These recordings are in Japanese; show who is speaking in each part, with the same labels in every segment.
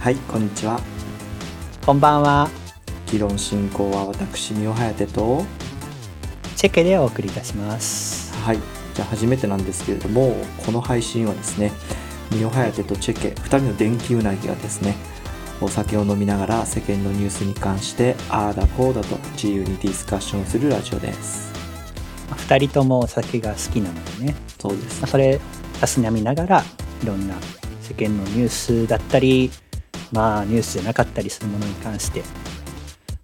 Speaker 1: はいこんにちは
Speaker 2: こんばんは。
Speaker 1: 議論進行は私三尾颯と
Speaker 2: チェケでお送りいたします。
Speaker 1: はいじゃあ初めてなんですけれどもこの配信はですね三尾颯とチェケ2人の電気うなぎがですねお酒を飲みながら世間のニュースに関してああだこうだと自由にディスカッションするラジオです
Speaker 2: まあ二人ともお酒が好きなのでね、
Speaker 1: そうです
Speaker 2: まあ、それたしなみながらいろんな世間のニュースだったり、まあニュースじゃなかったりするものに関して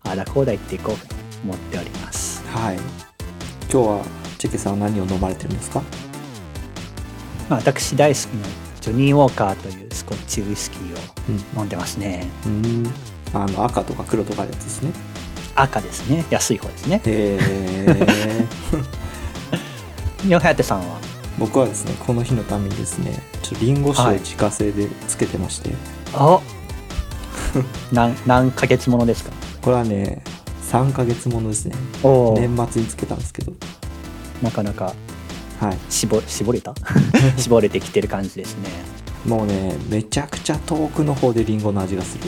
Speaker 2: ああだこうだ言っていこうと思っております。
Speaker 1: はい今日はチェケさんは何を飲まれてるんですか
Speaker 2: まあ、私大好きなジョニー・ウォーカーというスコッチウイスキーを
Speaker 1: う
Speaker 2: 飲んでますね。
Speaker 1: んうんあの赤とか黒とかのやつですね
Speaker 2: 赤ですね。安い方ですね。
Speaker 1: へ え
Speaker 2: ヨハヤテさんは
Speaker 1: 僕はですねこの日のためにですねちょっとリンゴ酒を自家製でつけてまして、
Speaker 2: あなん 何ヶ月ものですか
Speaker 1: これはね3ヶ月ものですね
Speaker 2: おお、
Speaker 1: 年末につけたんですけど
Speaker 2: なかなか
Speaker 1: はい
Speaker 2: 絞絞れた 絞れてきてる感じですね
Speaker 1: もうねめちゃくちゃ遠くの方でリンゴの味が する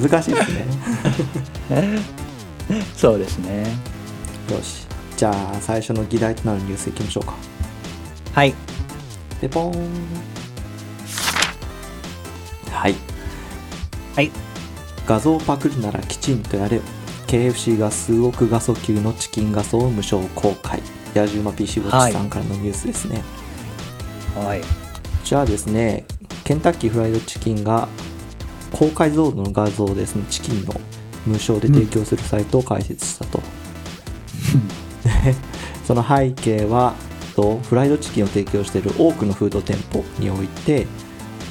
Speaker 1: 難しいですね
Speaker 2: そうですね
Speaker 1: よしじゃあ最初の議題となるニュースいきましょうか
Speaker 2: はい
Speaker 1: でポーンはい
Speaker 2: はい
Speaker 1: 画像パクるならきちんとやれ KFC が数億画素級のチキン画素を無償公開野じ馬 PC ウォッチさんからのニュースですね、
Speaker 2: はい
Speaker 1: じゃあですねケンタッキーフライドチキンが高解像度の画像をですねチキンの無償で提供するサイトを開設したと、その背景はとフライドチキンを提供している多くのフード店舗において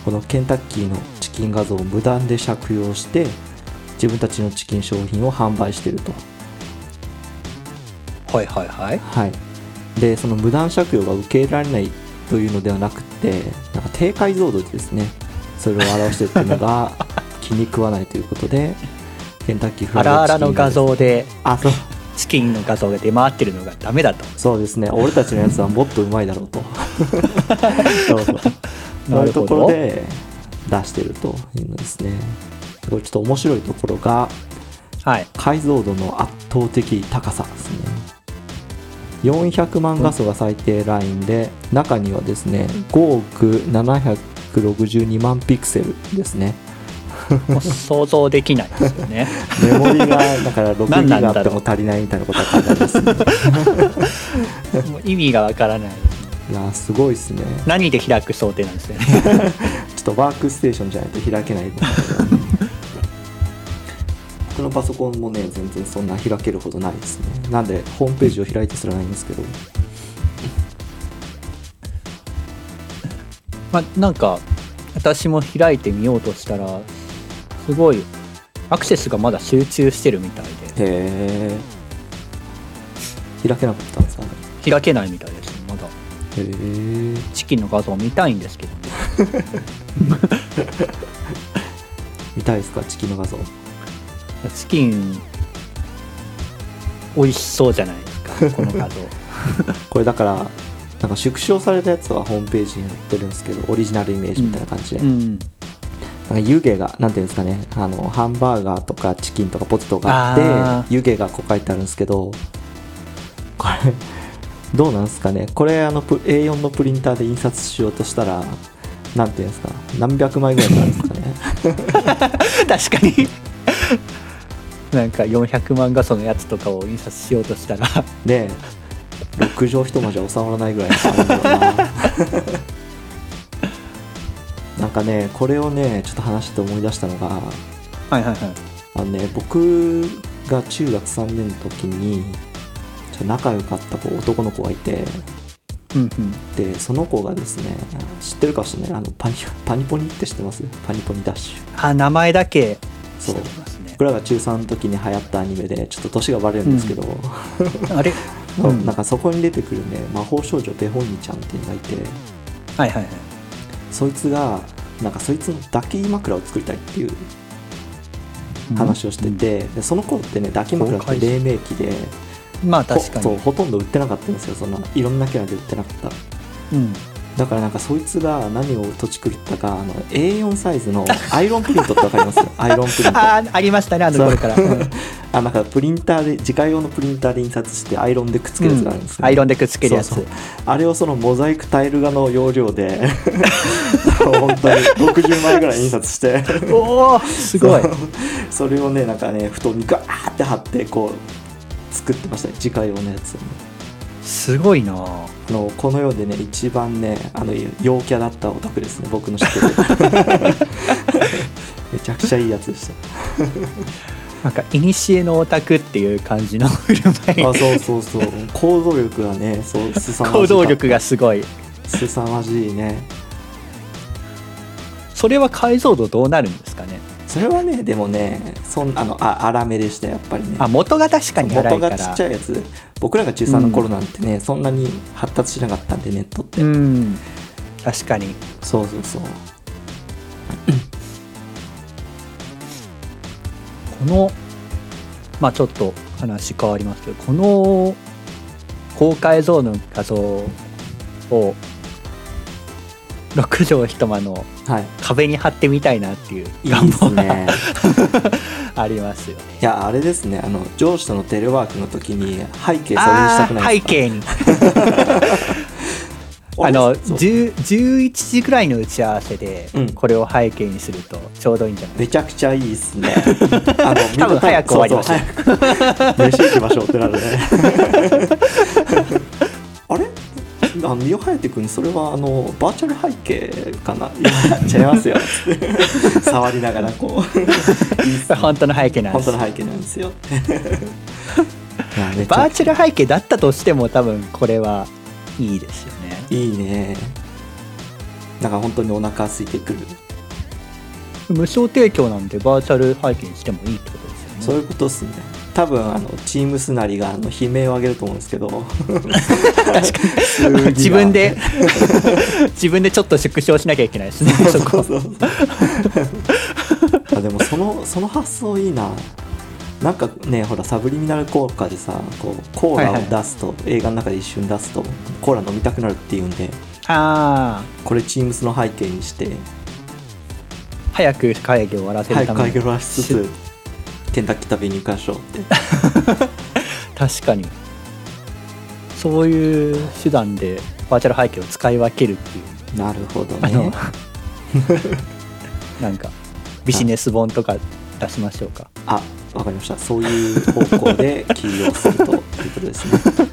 Speaker 1: このケンタッキーのチキン画像を無断で借用して自分たちのチキン商品を販売していると
Speaker 2: はいはいはい
Speaker 1: はい、でその無断借用が受け入れられないというのではなくてなんか低解像度でですねそれを表してるっていうの が気に食わないということでケンタッキーフラ
Speaker 2: あ
Speaker 1: イド
Speaker 2: らあ
Speaker 1: チキン
Speaker 2: らの画像で
Speaker 1: あそう
Speaker 2: チキンの画像が出回ってるのがダメだと
Speaker 1: そうですね俺たちのやつはもっとうまいだろう とそうそうそう
Speaker 2: ないる
Speaker 1: うと
Speaker 2: ほ
Speaker 1: こ
Speaker 2: ど
Speaker 1: ろで出してるというのですねこれちょっと面白いところが
Speaker 2: はい
Speaker 1: 解像度の圧倒的高さですね400万画素が最低ラインで中にはですね5億762万ピクセルですね
Speaker 2: もう想像できないですよ ね
Speaker 1: メモリがだから6
Speaker 2: 何
Speaker 1: ギ
Speaker 2: なん
Speaker 1: ガ
Speaker 2: だ
Speaker 1: あ
Speaker 2: ろう
Speaker 1: っても足りないみたいなことは書いてありますね
Speaker 2: もう意味がわからない
Speaker 1: いやーすごいですね
Speaker 2: 何で開く想定なんですよね
Speaker 1: ちょっとワークステーションじゃないと開けない僕のパソコンもね全然そんな開けるほどないですねなんでホームページを開いてすらないんですけど
Speaker 2: まあなんか私も開いてみようとしたらすごいアクセスがまだ集中してるみたいで
Speaker 1: へえ開けなかったんですかね
Speaker 2: 開けないみたいですまだ
Speaker 1: へえ
Speaker 2: チキンの画像見たいんですけどね
Speaker 1: 見たいですかチキンの画像
Speaker 2: チキン美味しそうじゃないで すかこの画像
Speaker 1: これだからなんか縮小されたやつはホームページに載ってるんですけどオリジナルイメージみたいな感じで、
Speaker 2: うん
Speaker 1: なんか湯気がなんていうんですかねあのハンバーガーとかチキンとかポテトがあ
Speaker 2: あ
Speaker 1: って湯気がこう書いてあるんですけどこれどうなんですかねこれあのプ A4 のプリンターで印刷しようとしたらなんていうんですか何百枚ぐらいになるんですかね
Speaker 2: 確かになんか400万画素のやつとかを印刷しようとしたら
Speaker 1: で6畳一間じゃ収まらないぐらいの感じだななんかねこれをねちょっと話してて思い出したのが
Speaker 2: はいはいはい
Speaker 1: あのね僕が中学3年の時にちょっと仲良かった子男の子がいて
Speaker 2: うん
Speaker 1: でその子がですね知ってるかもしれないあのパニパニポニって知ってますパニポニダッシュ
Speaker 2: あ名前だけ
Speaker 1: そう
Speaker 2: してますね
Speaker 1: 僕らが中3の時に流行ったアニメでちょっと年がバレるんですけど、
Speaker 2: あれ、うん
Speaker 1: なんかそこに出てくるね魔法少女ベホニーちゃんっていうのがいて
Speaker 2: はいはいはい
Speaker 1: そいつがなんかそいつの抱き枕を作りたいっていう話をしてて、でその頃ってね抱き枕って黎明期で
Speaker 2: うんまあ確か
Speaker 1: ほそう
Speaker 2: に
Speaker 1: ほとんど売ってなかったんですよそんないろんなキャラで売ってなかった
Speaker 2: うん
Speaker 1: だからなんかそいつが何をとち狂ったかあの A4 サイズのアイロンプリントってわかり ますアイロンプリント
Speaker 2: あーありましたねあの頃から、
Speaker 1: そう
Speaker 2: うん
Speaker 1: あなんかプリンターで自家用のプリンターで印刷してアイロンで くっつけるやつがあるんですけど、
Speaker 2: アイロンでくっつけるやつ
Speaker 1: そうそうあれをそのモザイクタイル画の容量で そう本当に60枚ぐらい印刷して
Speaker 2: おおすごい
Speaker 1: そうそれをねなんかね布団にガーって貼ってこう作ってましたね自家用のやつをね
Speaker 2: すごいなあ
Speaker 1: あのこの世でね一番ねあの陽キャだったオタクですね僕の知ってるめちゃくちゃいいやつでした
Speaker 2: なんか古のオタクっていう感じの振る舞
Speaker 1: あ
Speaker 2: い
Speaker 1: そうそうそう行動力がねそうすさまじか
Speaker 2: 行動力がすごい
Speaker 1: すさまじいね
Speaker 2: それは解像度どうなるんですかね
Speaker 1: それはねでもねそんあのあ粗めでしたやっぱりね
Speaker 2: あ元が確かに荒
Speaker 1: 元
Speaker 2: い
Speaker 1: が
Speaker 2: から
Speaker 1: ちっちゃいやつ僕らが中3の頃なんてね、そんなに発達しなかったんでネットって、
Speaker 2: うん確かに
Speaker 1: そうそうそう
Speaker 2: このまあちょっと話変わりますけどこの高解像の画像を六畳一間の
Speaker 1: はい
Speaker 2: 壁に貼ってみたいなっていう
Speaker 1: い
Speaker 2: 願
Speaker 1: いで
Speaker 2: 望
Speaker 1: す
Speaker 2: が
Speaker 1: ね
Speaker 2: ありますよね。
Speaker 1: いやあれですねあの上司とのテレワークの時に背景それにしたくない
Speaker 2: あー
Speaker 1: です
Speaker 2: 背
Speaker 1: か
Speaker 2: 景にあ
Speaker 1: 俺
Speaker 2: の
Speaker 1: そう
Speaker 2: 10 11時ぐらいの打ち合わせで
Speaker 1: うん
Speaker 2: これを背景にするとちょうどいいんじゃない
Speaker 1: めちゃくちゃいいです ねあのみん
Speaker 2: 多分
Speaker 1: な
Speaker 2: 早く終わりまし
Speaker 1: そうそう早く飯行きましょうってなる ねあれあのミオハヤテ君それはあのバーチャル背景かないや違います よつって触りながらこういいっすね
Speaker 2: 本当の背景なんで
Speaker 1: 本
Speaker 2: す
Speaker 1: 当の背景なんです よいやめち
Speaker 2: バー
Speaker 1: ゃ
Speaker 2: チャル背景だったとしても多分これはいいですよね
Speaker 1: いいねなんか本当にお腹空いてくる
Speaker 2: 無償提供なんでバーチャル背景にしてもいいってことです
Speaker 1: そ
Speaker 2: よ
Speaker 1: うい
Speaker 2: ね
Speaker 1: うことっすね多分あのチームスなりがあの悲鳴を上げると思うんですけど数字 が
Speaker 2: 自分で 自分でちょっと縮小しなきゃいけないですね
Speaker 1: そ
Speaker 2: そう
Speaker 1: そ
Speaker 2: こ
Speaker 1: うそうあでもそのその発想いいななんかねほらサブリミナル効果でさこうコーラを出すと、映画の中で一瞬出すとコーラ飲みたくなるっていうんで
Speaker 2: ああ
Speaker 1: これチームスの背景にして
Speaker 2: 早く会議を終わらせる
Speaker 1: 早
Speaker 2: た
Speaker 1: く
Speaker 2: めに
Speaker 1: 会議を終わらせつつケンタッキー食べに行きましょうって
Speaker 2: 確かにそういう手段でバーチャル背景を使い分けるっていう
Speaker 1: なるほど
Speaker 2: あの
Speaker 1: ね
Speaker 2: なんかビジネス本とか出しましょうか
Speaker 1: あわかりましたそういう方向で起業するということ ですね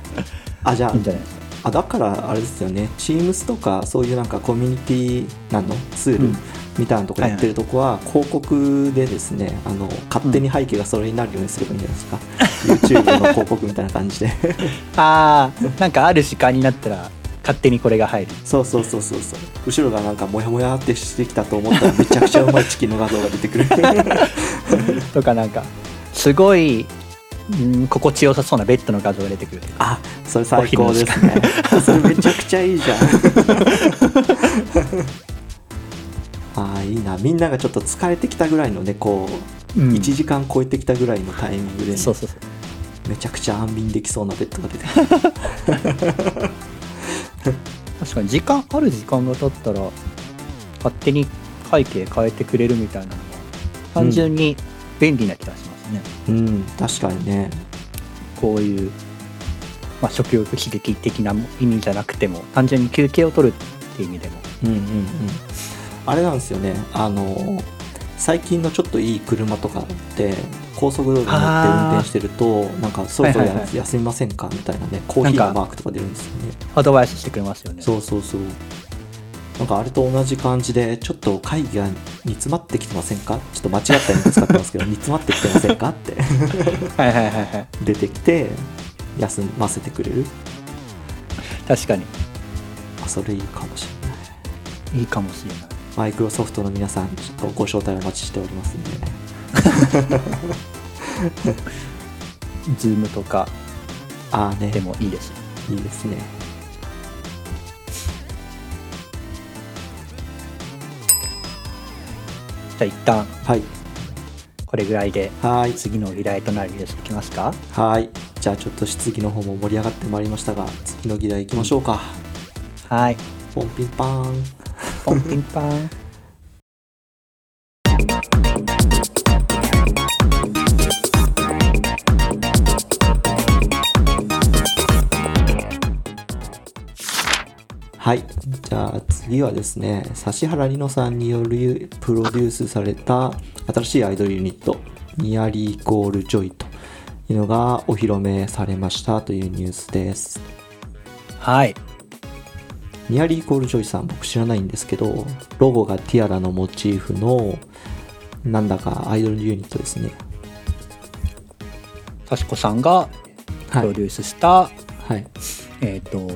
Speaker 1: あじゃ
Speaker 2: いいんじゃないですか
Speaker 1: ああだからあれですよね Teams とかそういうなんかコミュニティなのツー
Speaker 2: う
Speaker 1: ル
Speaker 2: ん
Speaker 1: みたいなとこやってるとこは広告でですねあの勝手に背景がそれになるようにすればいいんじゃないですか YouTube の広告みたいな感じ で
Speaker 2: あーなんかある時間になったら勝手にこれが入る
Speaker 1: そうそうそうそうそう後ろがなんかモヤモヤってしてきたと思ったらめちゃくちゃうまいチキンの画像が出てくる
Speaker 2: とかなんかすごいうん心地よさそうなベッドの画像が出てくるとか
Speaker 1: あそれ最高ですねそれめちゃくちゃいいじゃん あーいいなみんながちょっと疲れてきたぐらいのねこう
Speaker 2: うん
Speaker 1: 1時間超えてきたぐらいのタイミングでね、
Speaker 2: そうそうそう
Speaker 1: めちゃくちゃ安眠できそうなベッドが出て くる
Speaker 2: 確かに時間ある時間が経ったら勝手に背景変えてくれるみたいなのは単純に便利な気がしますね、
Speaker 1: うん確かにね
Speaker 2: こういう、まあ、食欲刺激的な意味じゃなくても単純に休憩を取るっていう意味でも
Speaker 1: うんうんうんあれなんですよねあの最近のちょっといい車とかって高速道路に乗って運転してるとなんかそろそろや
Speaker 2: はいはいはい
Speaker 1: 休みませんかみたいなねコーヒー
Speaker 2: なん
Speaker 1: の
Speaker 2: か
Speaker 1: マークとか出るんですよね
Speaker 2: アドバイスしてくれますよね
Speaker 1: そうそうそうなんかあれと同じ感じでちょっと会議が煮詰まってきてませんかちょっと間違った意味で使ってます けど煮詰まってきてませんかって
Speaker 2: はいはいはいはい
Speaker 1: 出てきて休ませてくれる
Speaker 2: 確かに
Speaker 1: あそれいいかもしれない
Speaker 2: いいかもしれない
Speaker 1: マイクロソフトの皆さんちょっとご招待お待ちしておりますんで
Speaker 2: ズームとか
Speaker 1: ああね
Speaker 2: でもいいですよ
Speaker 1: いいですね
Speaker 2: じゃあ一旦
Speaker 1: はい
Speaker 2: これぐらいで
Speaker 1: はーい
Speaker 2: 次の議題となるニュースいきますか
Speaker 1: はーいじゃあちょっと質疑の方も盛り上がってまいりましたが次の議題いきましょうか、
Speaker 2: はい
Speaker 1: ポンピンパーン
Speaker 2: ポンピンパン。
Speaker 1: はいじゃあ次はですね指原莉乃さんによるプロデュースされた新しいアイドルユニット「ニアリーイコールジョイ」というのがお披露目されましたというニュースです
Speaker 2: はい。
Speaker 1: ニアリーイコールジョイさん僕知らないんですけどロゴがティアラのモチーフのなんだかアイドルユニットですね
Speaker 2: 幸子さんがプ
Speaker 1: はい
Speaker 2: ロデュースした、
Speaker 1: はい
Speaker 2: えっ、と、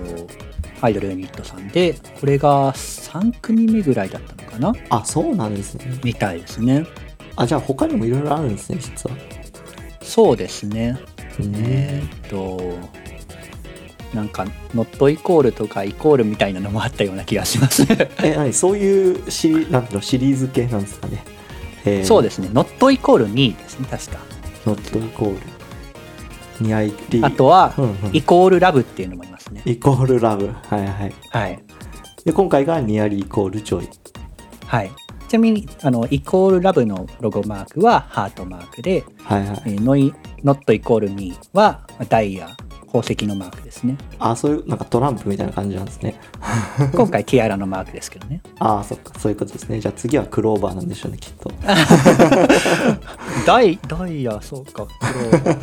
Speaker 2: アイドルユニットさんで、これが3組目ぐらいだったのかな
Speaker 1: あそうなんですね
Speaker 2: みたいですね。
Speaker 1: あじゃあ他にもいろいろあるんですね実は
Speaker 2: そうですね。
Speaker 1: うん
Speaker 2: えっ、と、なんか、ノットイコールとかイコールみたいなのもあったような気がします。
Speaker 1: え何そういうシリなんていうのシリーズ系なんですかね、え
Speaker 2: そう
Speaker 1: で
Speaker 2: ですね。ノットイコール2ですね、確か。
Speaker 1: すノットイコールニアイリ
Speaker 2: あとは、
Speaker 1: うんうん
Speaker 2: イコールラブっていうのもいますね。
Speaker 1: イコールラブはいはい
Speaker 2: はい。
Speaker 1: で今回がニアリイコールジョイ
Speaker 2: はい。ちなみに、あの、イコールラブのロゴマークはハートマークで、
Speaker 1: はいはい、
Speaker 2: えーノイ、ノットイコールミーはダイヤ、宝石のマークです ね。
Speaker 1: あそういうなんかトランプみたいな感じなんですね
Speaker 2: 今回ティアラのマークですけどね。
Speaker 1: ああそっかそういうことですねじゃあ次はクローバーなんでしょうねきっと
Speaker 2: ダイ、ダイヤ、そう か。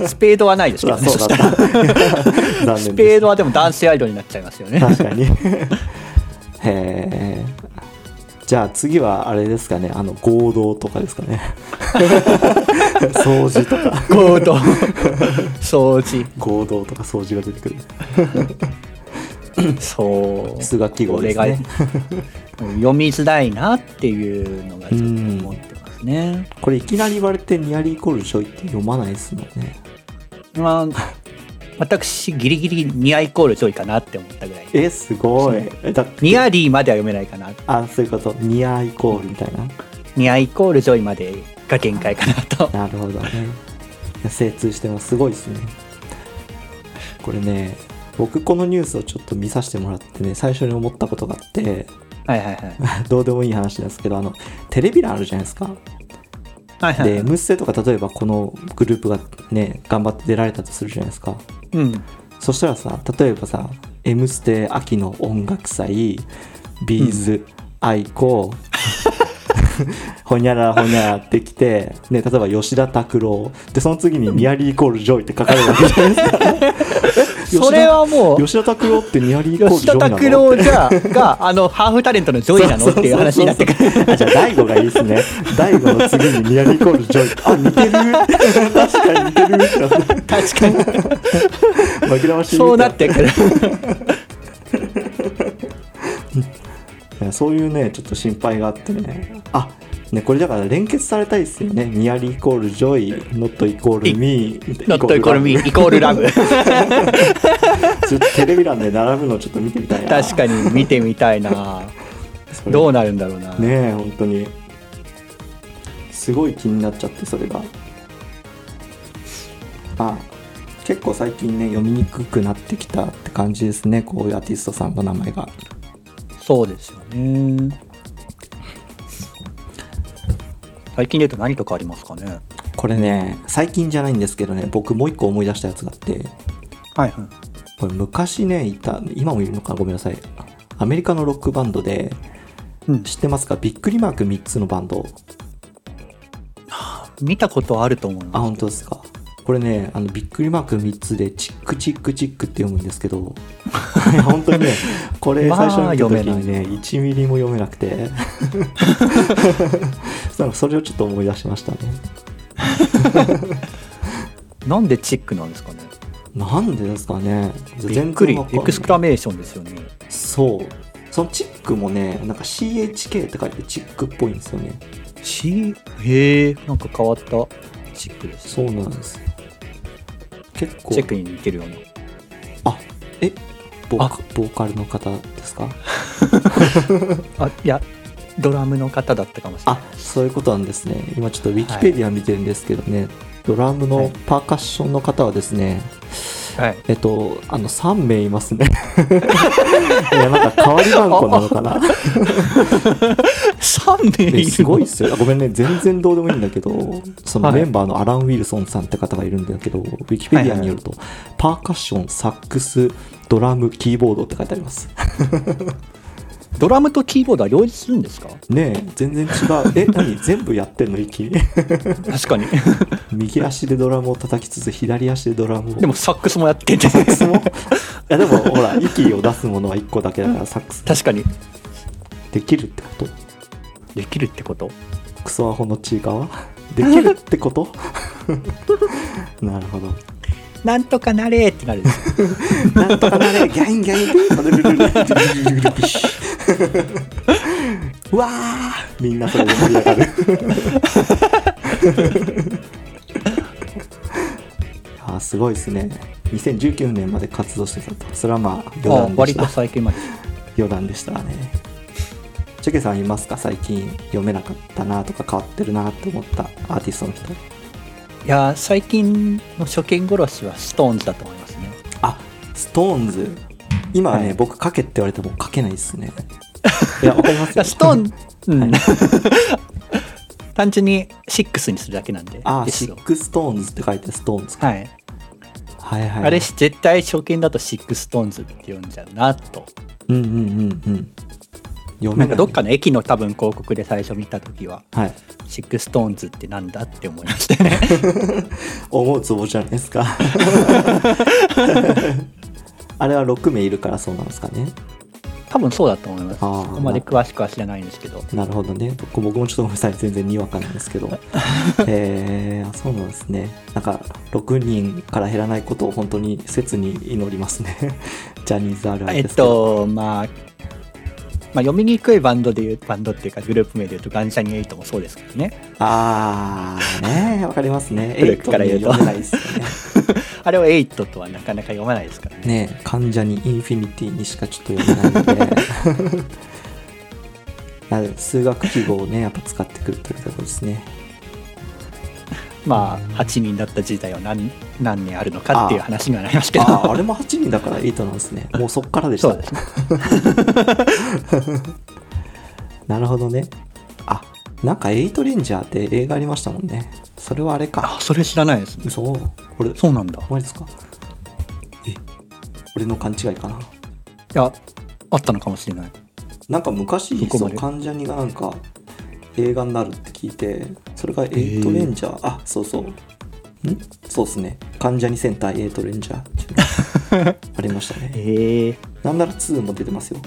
Speaker 2: スペードはないですけどね。
Speaker 1: そうだった 残念です
Speaker 2: スペードはでも男性アイドルになっちゃいますよね。
Speaker 1: 確 かにへえじゃあ次はあれですかねあの合同とかですか ね掃除とか
Speaker 2: ゴード、 掃除、
Speaker 1: 合同とか掃除が出てくる
Speaker 2: そう。
Speaker 1: 数学記号ですね
Speaker 2: これが読みづらいなっていうのがちょっと思ってますね。
Speaker 1: これいきなり言われてニアリーイコール書いって読まないですもんね
Speaker 2: まあ、私、ギリギリニアイコールジョイかなって思ったぐらい。
Speaker 1: えすごいえだって
Speaker 2: ニアリーまでは読めないかな。
Speaker 1: あそういうことニアイコールみたいな
Speaker 2: ニアイコールジョイまでが限界かなと。
Speaker 1: なるほどねいや精通してますすごいですねこれね僕このニュースをちょっと見させてもらってね最初に思ったことがあって
Speaker 2: はいはいはい。
Speaker 1: どうでもいい話なんですけどあのテレビ欄あるじゃないですか
Speaker 2: はいはい
Speaker 1: で「ムッセ」とか例えばこのグループがね頑張って出られたとするじゃないですか
Speaker 2: うん。
Speaker 1: そしたらさ例えばさ「M ステ」秋の音楽祭ビーズ、アイコほにゃらほにゃらってきて、ね、例えば吉田拓郎でその次に「ニアリーイコールジョイ」って書かれるわけじゃないですか
Speaker 2: それはもう、
Speaker 1: 吉田拓郎ってニアリーイコール
Speaker 2: 吉
Speaker 1: ジョイ
Speaker 2: 田
Speaker 1: なの
Speaker 2: 拓郎じゃが、あの、ハーフタレントのジョイなのっていう話になってくる。
Speaker 1: そうそうそうそうあじゃあ大悟がいいですね大悟の次にニアリイコールジョイあ似てる確かに似てる ってなって
Speaker 2: 確かに。
Speaker 1: 紛らわしい
Speaker 2: そうなってくる。
Speaker 1: いやそういうねちょっと心配があってねあねこれだから連結されたいですよねニアリイコールジョイノットイコール ミー
Speaker 2: ノットイコールミー、イコールラブ。
Speaker 1: ちょっとテレビ欄で並ぶのちょっと見てみたいな
Speaker 2: 確かに見てみたいな。
Speaker 1: に
Speaker 2: どうなるんだろうな。
Speaker 1: ねえ本当にすごい気になっちゃってそれがあ結構最近ね読みにくくなってきたって感じですねこういうアーティストさんの名前が
Speaker 2: そうですよね。最近で言うと何とかありますかね。
Speaker 1: これね最近じゃないんですけどね僕もう一個思い出したやつがあって
Speaker 2: はいはい。
Speaker 1: これ昔ねいた今もいるのかなごめんなさいアメリカのロックバンドで
Speaker 2: うん、
Speaker 1: 知ってますかびっくりマーク3つのバンド
Speaker 2: 見たことあると思い
Speaker 1: あ
Speaker 2: ま
Speaker 1: 本当ですかこれねあのびっくりマーク3つでチックチックチックって読むんですけ どいや本当にねこれ
Speaker 2: ま
Speaker 1: 最
Speaker 2: あ
Speaker 1: 初に見た時
Speaker 2: 読
Speaker 1: に
Speaker 2: め
Speaker 1: ね、1ミリも読めなく てなんかそれをちょっと思い出しましたね
Speaker 2: す。なんでチックなんですかね。
Speaker 1: なんでですかね
Speaker 2: びっくり
Speaker 1: わかんな
Speaker 2: エ
Speaker 1: い
Speaker 2: クスクラメーションですよね。
Speaker 1: そうそのチックもねなんか CHK って書いてチックっぽいんですよね
Speaker 2: C へえなんか変わったチックです。
Speaker 1: そうなんですよ結構
Speaker 2: チェックに似てるような。
Speaker 1: あえボー
Speaker 2: あ
Speaker 1: カボーカルの方ですか
Speaker 2: あいやドラムの方だったかもしれない
Speaker 1: あ。そういうことなんですね今ちょっとウィキペディア見てるんですけどね、ドラムのパーカッションの方はですね、
Speaker 2: はい。
Speaker 1: えっと、あの、3名いますね。 いや、なんか、代わり番号なのか な。
Speaker 2: 3名いる
Speaker 1: え
Speaker 2: の
Speaker 1: すごいっすよ。あごめんね、全然どうでもいいんだけど、その
Speaker 2: はい
Speaker 1: メンバーのアラン・ウィルソンさんって方がいるんだけど、ウィキペディアによると、パーカッション、サックス、ドラム、キーボードって書いてあります。
Speaker 2: ドラムとキーボードは両立するんですか
Speaker 1: ねえ、全然違う。え、何全部やってんの一気に。
Speaker 2: 確かに。
Speaker 1: 右足でドラムを叩きつつ、左足でドラムを。
Speaker 2: でもサックスもやってんじゃ
Speaker 1: サ
Speaker 2: な
Speaker 1: ッ
Speaker 2: い
Speaker 1: クスも。いや、でもほら、息を出すものは1個だけだから、サックス
Speaker 2: 確かに。
Speaker 1: できるってこと
Speaker 2: できるってこと
Speaker 1: クソアホのチーカーはできるってこと なるほど。
Speaker 2: なんとかなれって なるんですよ
Speaker 1: なんとかなれ、ギャインギャインう わーみんなそれで盛り上 がる。あーすごいですね。2019年まで活動してたと。それはまあ余
Speaker 2: あ
Speaker 1: 談で
Speaker 2: 割
Speaker 1: し
Speaker 2: と
Speaker 1: た。
Speaker 2: 最近まで。
Speaker 1: 余談でしたね。チェケさんいますか最近読めなかったなとか変わってるなって思ったアーティストの人。
Speaker 2: いやー、最近の初見殺しはストーンズだと思いますね。
Speaker 1: あストーンズ今はね、
Speaker 2: はい
Speaker 1: 僕書けって言われても書けないです ねいやわかります
Speaker 2: いや
Speaker 1: よ
Speaker 2: ストーン、うん
Speaker 1: はい
Speaker 2: 単純に6にするだけなんで。
Speaker 1: あー
Speaker 2: です
Speaker 1: シ
Speaker 2: よ
Speaker 1: ックストーンズって書いてストーンズか
Speaker 2: はい。
Speaker 1: はいはい
Speaker 2: あれ、絶対初見だと6ストーンズって呼んじゃうなと。
Speaker 1: うんうんうんうん読めな
Speaker 2: な
Speaker 1: い
Speaker 2: んかどっかの駅の多分広告で最初見た時は、
Speaker 1: はい
Speaker 2: 6ストーンズってなんだって思いましたね。
Speaker 1: 思うツボじゃないです かあれは6名いるからそうなんですかね
Speaker 2: 多分そうだと思います。
Speaker 1: あー
Speaker 2: そこまで詳しくは知らないんですけど。
Speaker 1: なるほどね僕僕もちょっとごめんなさい全然にわかなんですけ どえー、あそうなんですねなんか6人から減らないことを本当に切に祈りますね ジャニーズあるあ
Speaker 2: え
Speaker 1: る
Speaker 2: っ
Speaker 1: ですけど、
Speaker 2: と、まあ、まあ、読みにくいバンドでいう、バンドっていうかグループ名で言うと、ガンジャニエイトもそうですけどね。
Speaker 1: あーねわかりますね。
Speaker 2: 古くから言う
Speaker 1: エイ
Speaker 2: と
Speaker 1: トに読めないですよ
Speaker 2: あれをエイトとはなかなか読まないですからね。
Speaker 1: ね。ね患者にインフィニティにしかちょっと読めないの で。なので数学記号をねやっぱ使ってくるということですね。
Speaker 2: まあ、8人だった時代は何何年あるのかっていう話にはなりますけど。
Speaker 1: あーあれも8人だからエイトなんですね。もうそっからでし
Speaker 2: そう
Speaker 1: た
Speaker 2: で。すね。
Speaker 1: なるほどね。あなんかエイトレンジャーって映画ありましたもんね。それはあれか。
Speaker 2: あ、それ知らないですね。
Speaker 1: そう。俺
Speaker 2: そうなんだ。い
Speaker 1: マジですか。え俺の勘違いかな。
Speaker 2: や、あったのかもしれない。
Speaker 1: なんか昔
Speaker 2: どこ
Speaker 1: そ
Speaker 2: ま
Speaker 1: う
Speaker 2: で
Speaker 1: 関ジャニがなんか映画になるって聞いてそれがエイトレンジャー、あそうそうんそうですね関ジャニ戦隊エイトレンジャーっていう のありましたね
Speaker 2: ええ
Speaker 1: なんなら2も出てますよ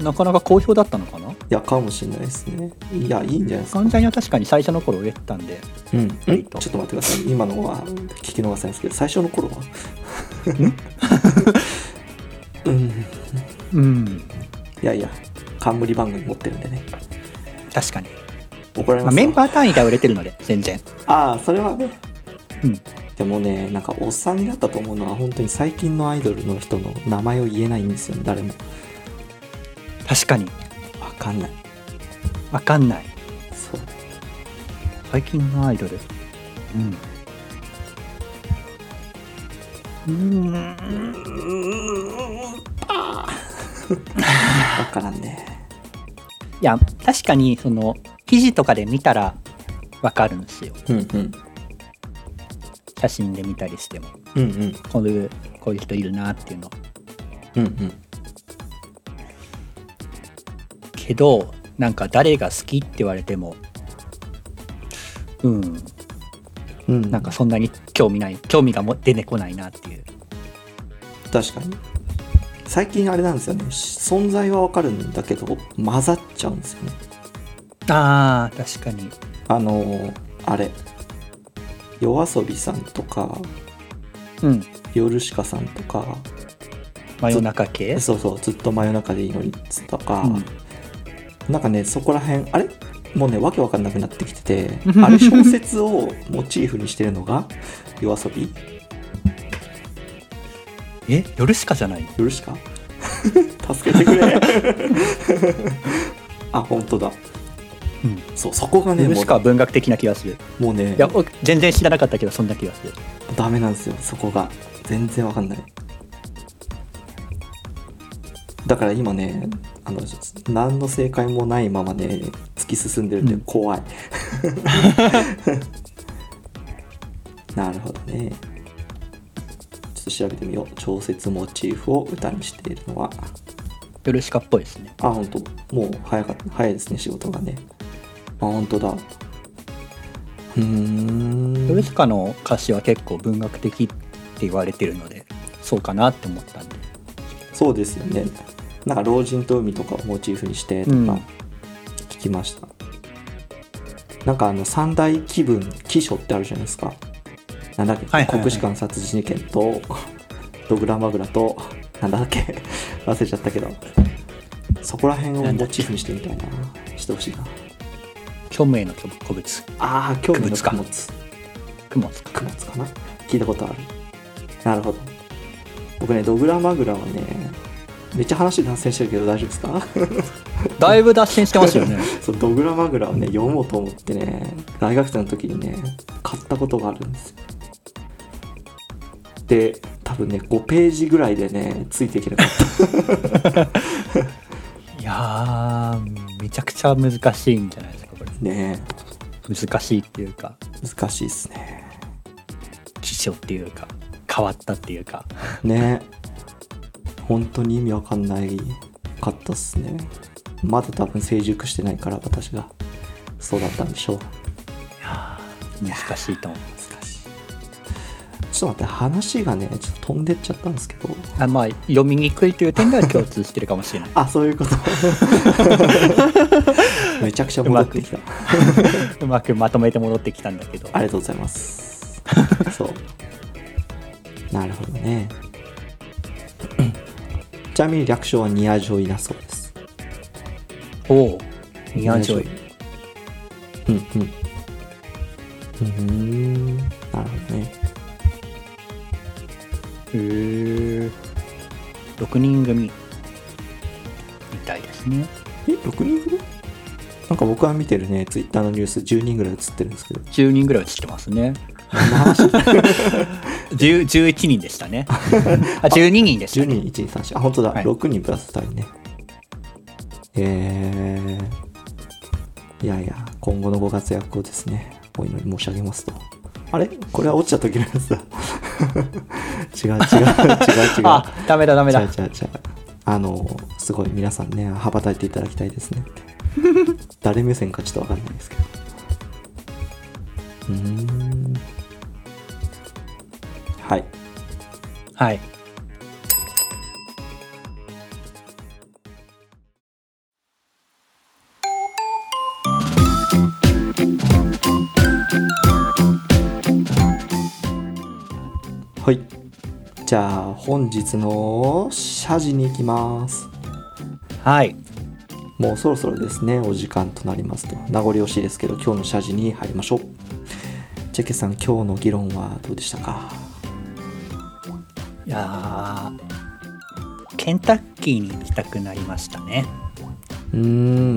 Speaker 2: なかなか好評だったのかない
Speaker 1: やかもしれないですねいやいいんじゃないですか
Speaker 2: ガンジャニは確かに最初の頃売れてたんで、
Speaker 1: うん、んちょ
Speaker 2: え
Speaker 1: っ
Speaker 2: っ
Speaker 1: と待
Speaker 2: と
Speaker 1: ってください今のは聞き逃せないですけど最初の頃はうんい
Speaker 2: うん、
Speaker 1: やいや冠番組持ってるんでね
Speaker 2: 確かに。
Speaker 1: 怒られ
Speaker 2: まあ、
Speaker 1: ます
Speaker 2: メン
Speaker 1: よ
Speaker 2: バー単位では売れてるので、全然。
Speaker 1: ああそれはね
Speaker 2: うん。
Speaker 1: でもねなんかおっさんになったと思うのは本当に最近のアイドルの人の名前を言えないんですよね誰も
Speaker 2: 確かに。
Speaker 1: わかんない
Speaker 2: わかんない。
Speaker 1: そう
Speaker 2: 最近のアイドル。うん。うーん。
Speaker 1: わからんね
Speaker 2: いや、確かに、その、記事とかで見たら、わかるんですよ。
Speaker 1: うんうん
Speaker 2: 写真で見たりしても。
Speaker 1: うんうん
Speaker 2: こういう、こういう人いるなっていうの。
Speaker 1: うんうん
Speaker 2: けど、なんか誰が好きって言われても、うん、
Speaker 1: うん
Speaker 2: なんかそんなに興味ない、興味がも出てこないなっていう。
Speaker 1: 確かに最近あれなんですよね存在はわかるんだけど混ざっちゃうんですよね
Speaker 2: ああ、確かに。
Speaker 1: あのーあれ夜遊びさんとか
Speaker 2: うん。
Speaker 1: ヨルシカさんとか
Speaker 2: 真夜中系
Speaker 1: そうそうずっと真夜中でいいのにとか、
Speaker 2: うん、
Speaker 1: なんかねそこら辺あれもうねわけわかんなくなってきてて あれ小説をモチーフにしてるのが夜遊び
Speaker 2: え夜しかじゃない
Speaker 1: 夜しか 助けてく れあ本当だ
Speaker 2: うん。
Speaker 1: そうそこがね
Speaker 2: 夜
Speaker 1: も
Speaker 2: しかは文学的な気がする。
Speaker 1: うもうね
Speaker 2: いや、僕全然知らなかったけど、そんな気がする。
Speaker 1: ダメなんですよそこが全然わかんないだから今ねあの何の正解もないままね突き進んでるんで
Speaker 2: うん
Speaker 1: 怖い、 なるほどねちょっと調べてみよう調節モチーフを歌にしているのは
Speaker 2: ヨルシカっぽいですね。
Speaker 1: あ本当もう早かった早いですね仕事がねあ本当だうーん
Speaker 2: ヨルシカの歌詞は結構文学的って言われてるので、そうかなって思ったんで。
Speaker 1: そうですよね。なんか老人と海とかをモチーフにしてとか
Speaker 2: うん
Speaker 1: 聞きました。なんかあの三大気分、気象ってあるじゃないですか。なんだっけ、
Speaker 2: はいはいはい
Speaker 1: 国士舘殺人事件と、 ドグラマグラと、 なんだっけ、 忘れちゃったけど、そこら辺をモチーフにしてみたいな、してほしいな。
Speaker 2: 虚無への古物、
Speaker 1: ああ、興味の
Speaker 2: 供物か
Speaker 1: 供物。
Speaker 2: 雲を使
Speaker 1: 9月かな聞いたことあるなるほど僕ねドグラマグラはねめっちゃ話脱線してるけど大丈夫ですか
Speaker 2: う。だいぶ脱線してますよね。
Speaker 1: そうドグラマグラをね読もうと思ってね大学生の時にね買ったことがあるんですよで多分ね5ページぐらいでねついていけなかった
Speaker 2: いやー、めちゃくちゃ難しいんじゃないですか、これ。
Speaker 1: ね
Speaker 2: 難しいっていうか、
Speaker 1: 難しいですね
Speaker 2: 気象っていうか、変わったっていうか。
Speaker 1: ね本当に意味わかんないかったっすねまだ多分成熟してないから私がそうだったんでしょう
Speaker 2: いやー難しいと思う。
Speaker 1: 難しいちょっと待って話がねちょっと飛んでっちゃったんですけど
Speaker 2: あまあ、読みにくいという点では共通してるかも しれない。
Speaker 1: あそういうことめちゃくちゃ戻ってきた
Speaker 2: うまくまとめて戻ってきたんだけど。
Speaker 1: ありがとうございますそうなるほどねちなみに略称はニアジョイだそうです
Speaker 2: おお、ニアジョイ。
Speaker 1: うんうんうーんなるほどね
Speaker 2: へえ。6人組みたいですね。
Speaker 1: え6人組なんか僕が見てるねツイッターのニュース10人ぐらい映ってるんですけど
Speaker 2: 10人ぐらい写ってますね。10 11人でした ね。あ、12人でし
Speaker 1: 10
Speaker 2: たね。
Speaker 1: 人1234あ本当だ、
Speaker 2: はい
Speaker 1: 6人プラス2人ねえー、いやいや今後のご活躍をですねお祈り申し上げますとあれこれは落ちた時のやつだ 違う違う違う違う
Speaker 2: あ、ダメだダメだ
Speaker 1: 違う。違う違うあのすごい皆さんね羽ばたいていただきたいです ね誰目線かちょっとわかんないですけどうーんはい
Speaker 2: はい。
Speaker 1: はい。じゃあ本日の謝辞に行きます。
Speaker 2: はい。
Speaker 1: もうそろそろですね、お時間となりますと。名残惜しいですけど、今日の謝辞に入りましょう。チェケさん、今日の議論はどうでしたか
Speaker 2: いやーケンタッキーに行きたくなりましたね。
Speaker 1: うー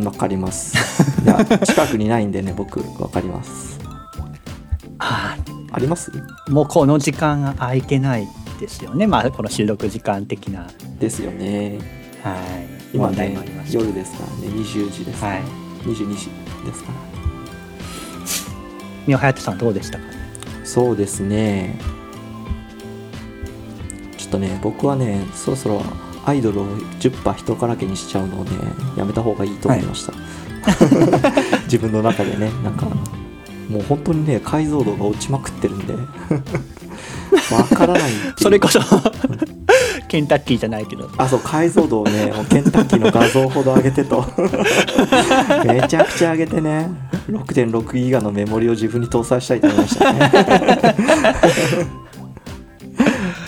Speaker 1: ん、わかり ます。いや、近くにないんでね、僕、わかります。
Speaker 2: あ
Speaker 1: あります
Speaker 2: ーもうこの時間が空いてないですよね。まあ、この収録時間的な、
Speaker 1: ですよね。
Speaker 2: はい、
Speaker 1: 今
Speaker 2: 問題
Speaker 1: ね
Speaker 2: もありま、した。
Speaker 1: 夜ですからね、20時です、
Speaker 2: はい。
Speaker 1: 22時ですから。
Speaker 2: ミオハヤトさんどうでしたかね
Speaker 1: そうですねちょっとね僕はねそろそろアイドルを10パ人からけにしちゃうのをねやめた方がいいと思いました、 自分の中でねなんかもう本当にね解像度が落ちまくってるんでわからないっていう
Speaker 2: それこそ ケンタッキーじゃないけど
Speaker 1: あそう解像度をねもうケンタッキーの画像ほど上げて とめちゃくちゃ上げてね6.6ギガのメモリを自分に搭載したいと思いましたね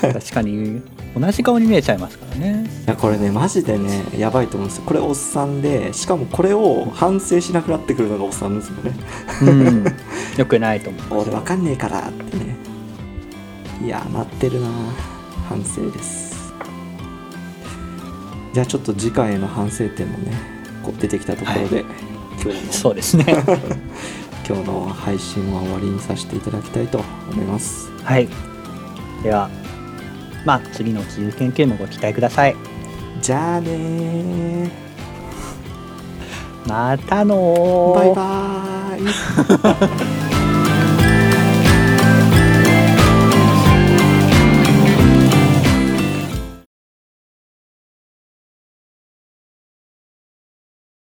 Speaker 2: 確かに同じ顔に見えちゃいますからね
Speaker 1: いやこれねマジでねやばいと思うんですよこれおっさんでしかもこれを反省しなくなってくるのがおっさんですよね
Speaker 2: うんよくないと思う
Speaker 1: 俺わかんねえからってねいやなってるな反省ですじゃあちょっと次回への反省点もねこう出てきたところで、今日の
Speaker 2: そうですね
Speaker 1: 今日の配信は終わりにさせていただきたいと思います
Speaker 2: はいではまあ次の自由研究もご期待ください
Speaker 1: じゃあねー
Speaker 2: またのー
Speaker 1: バイバーイ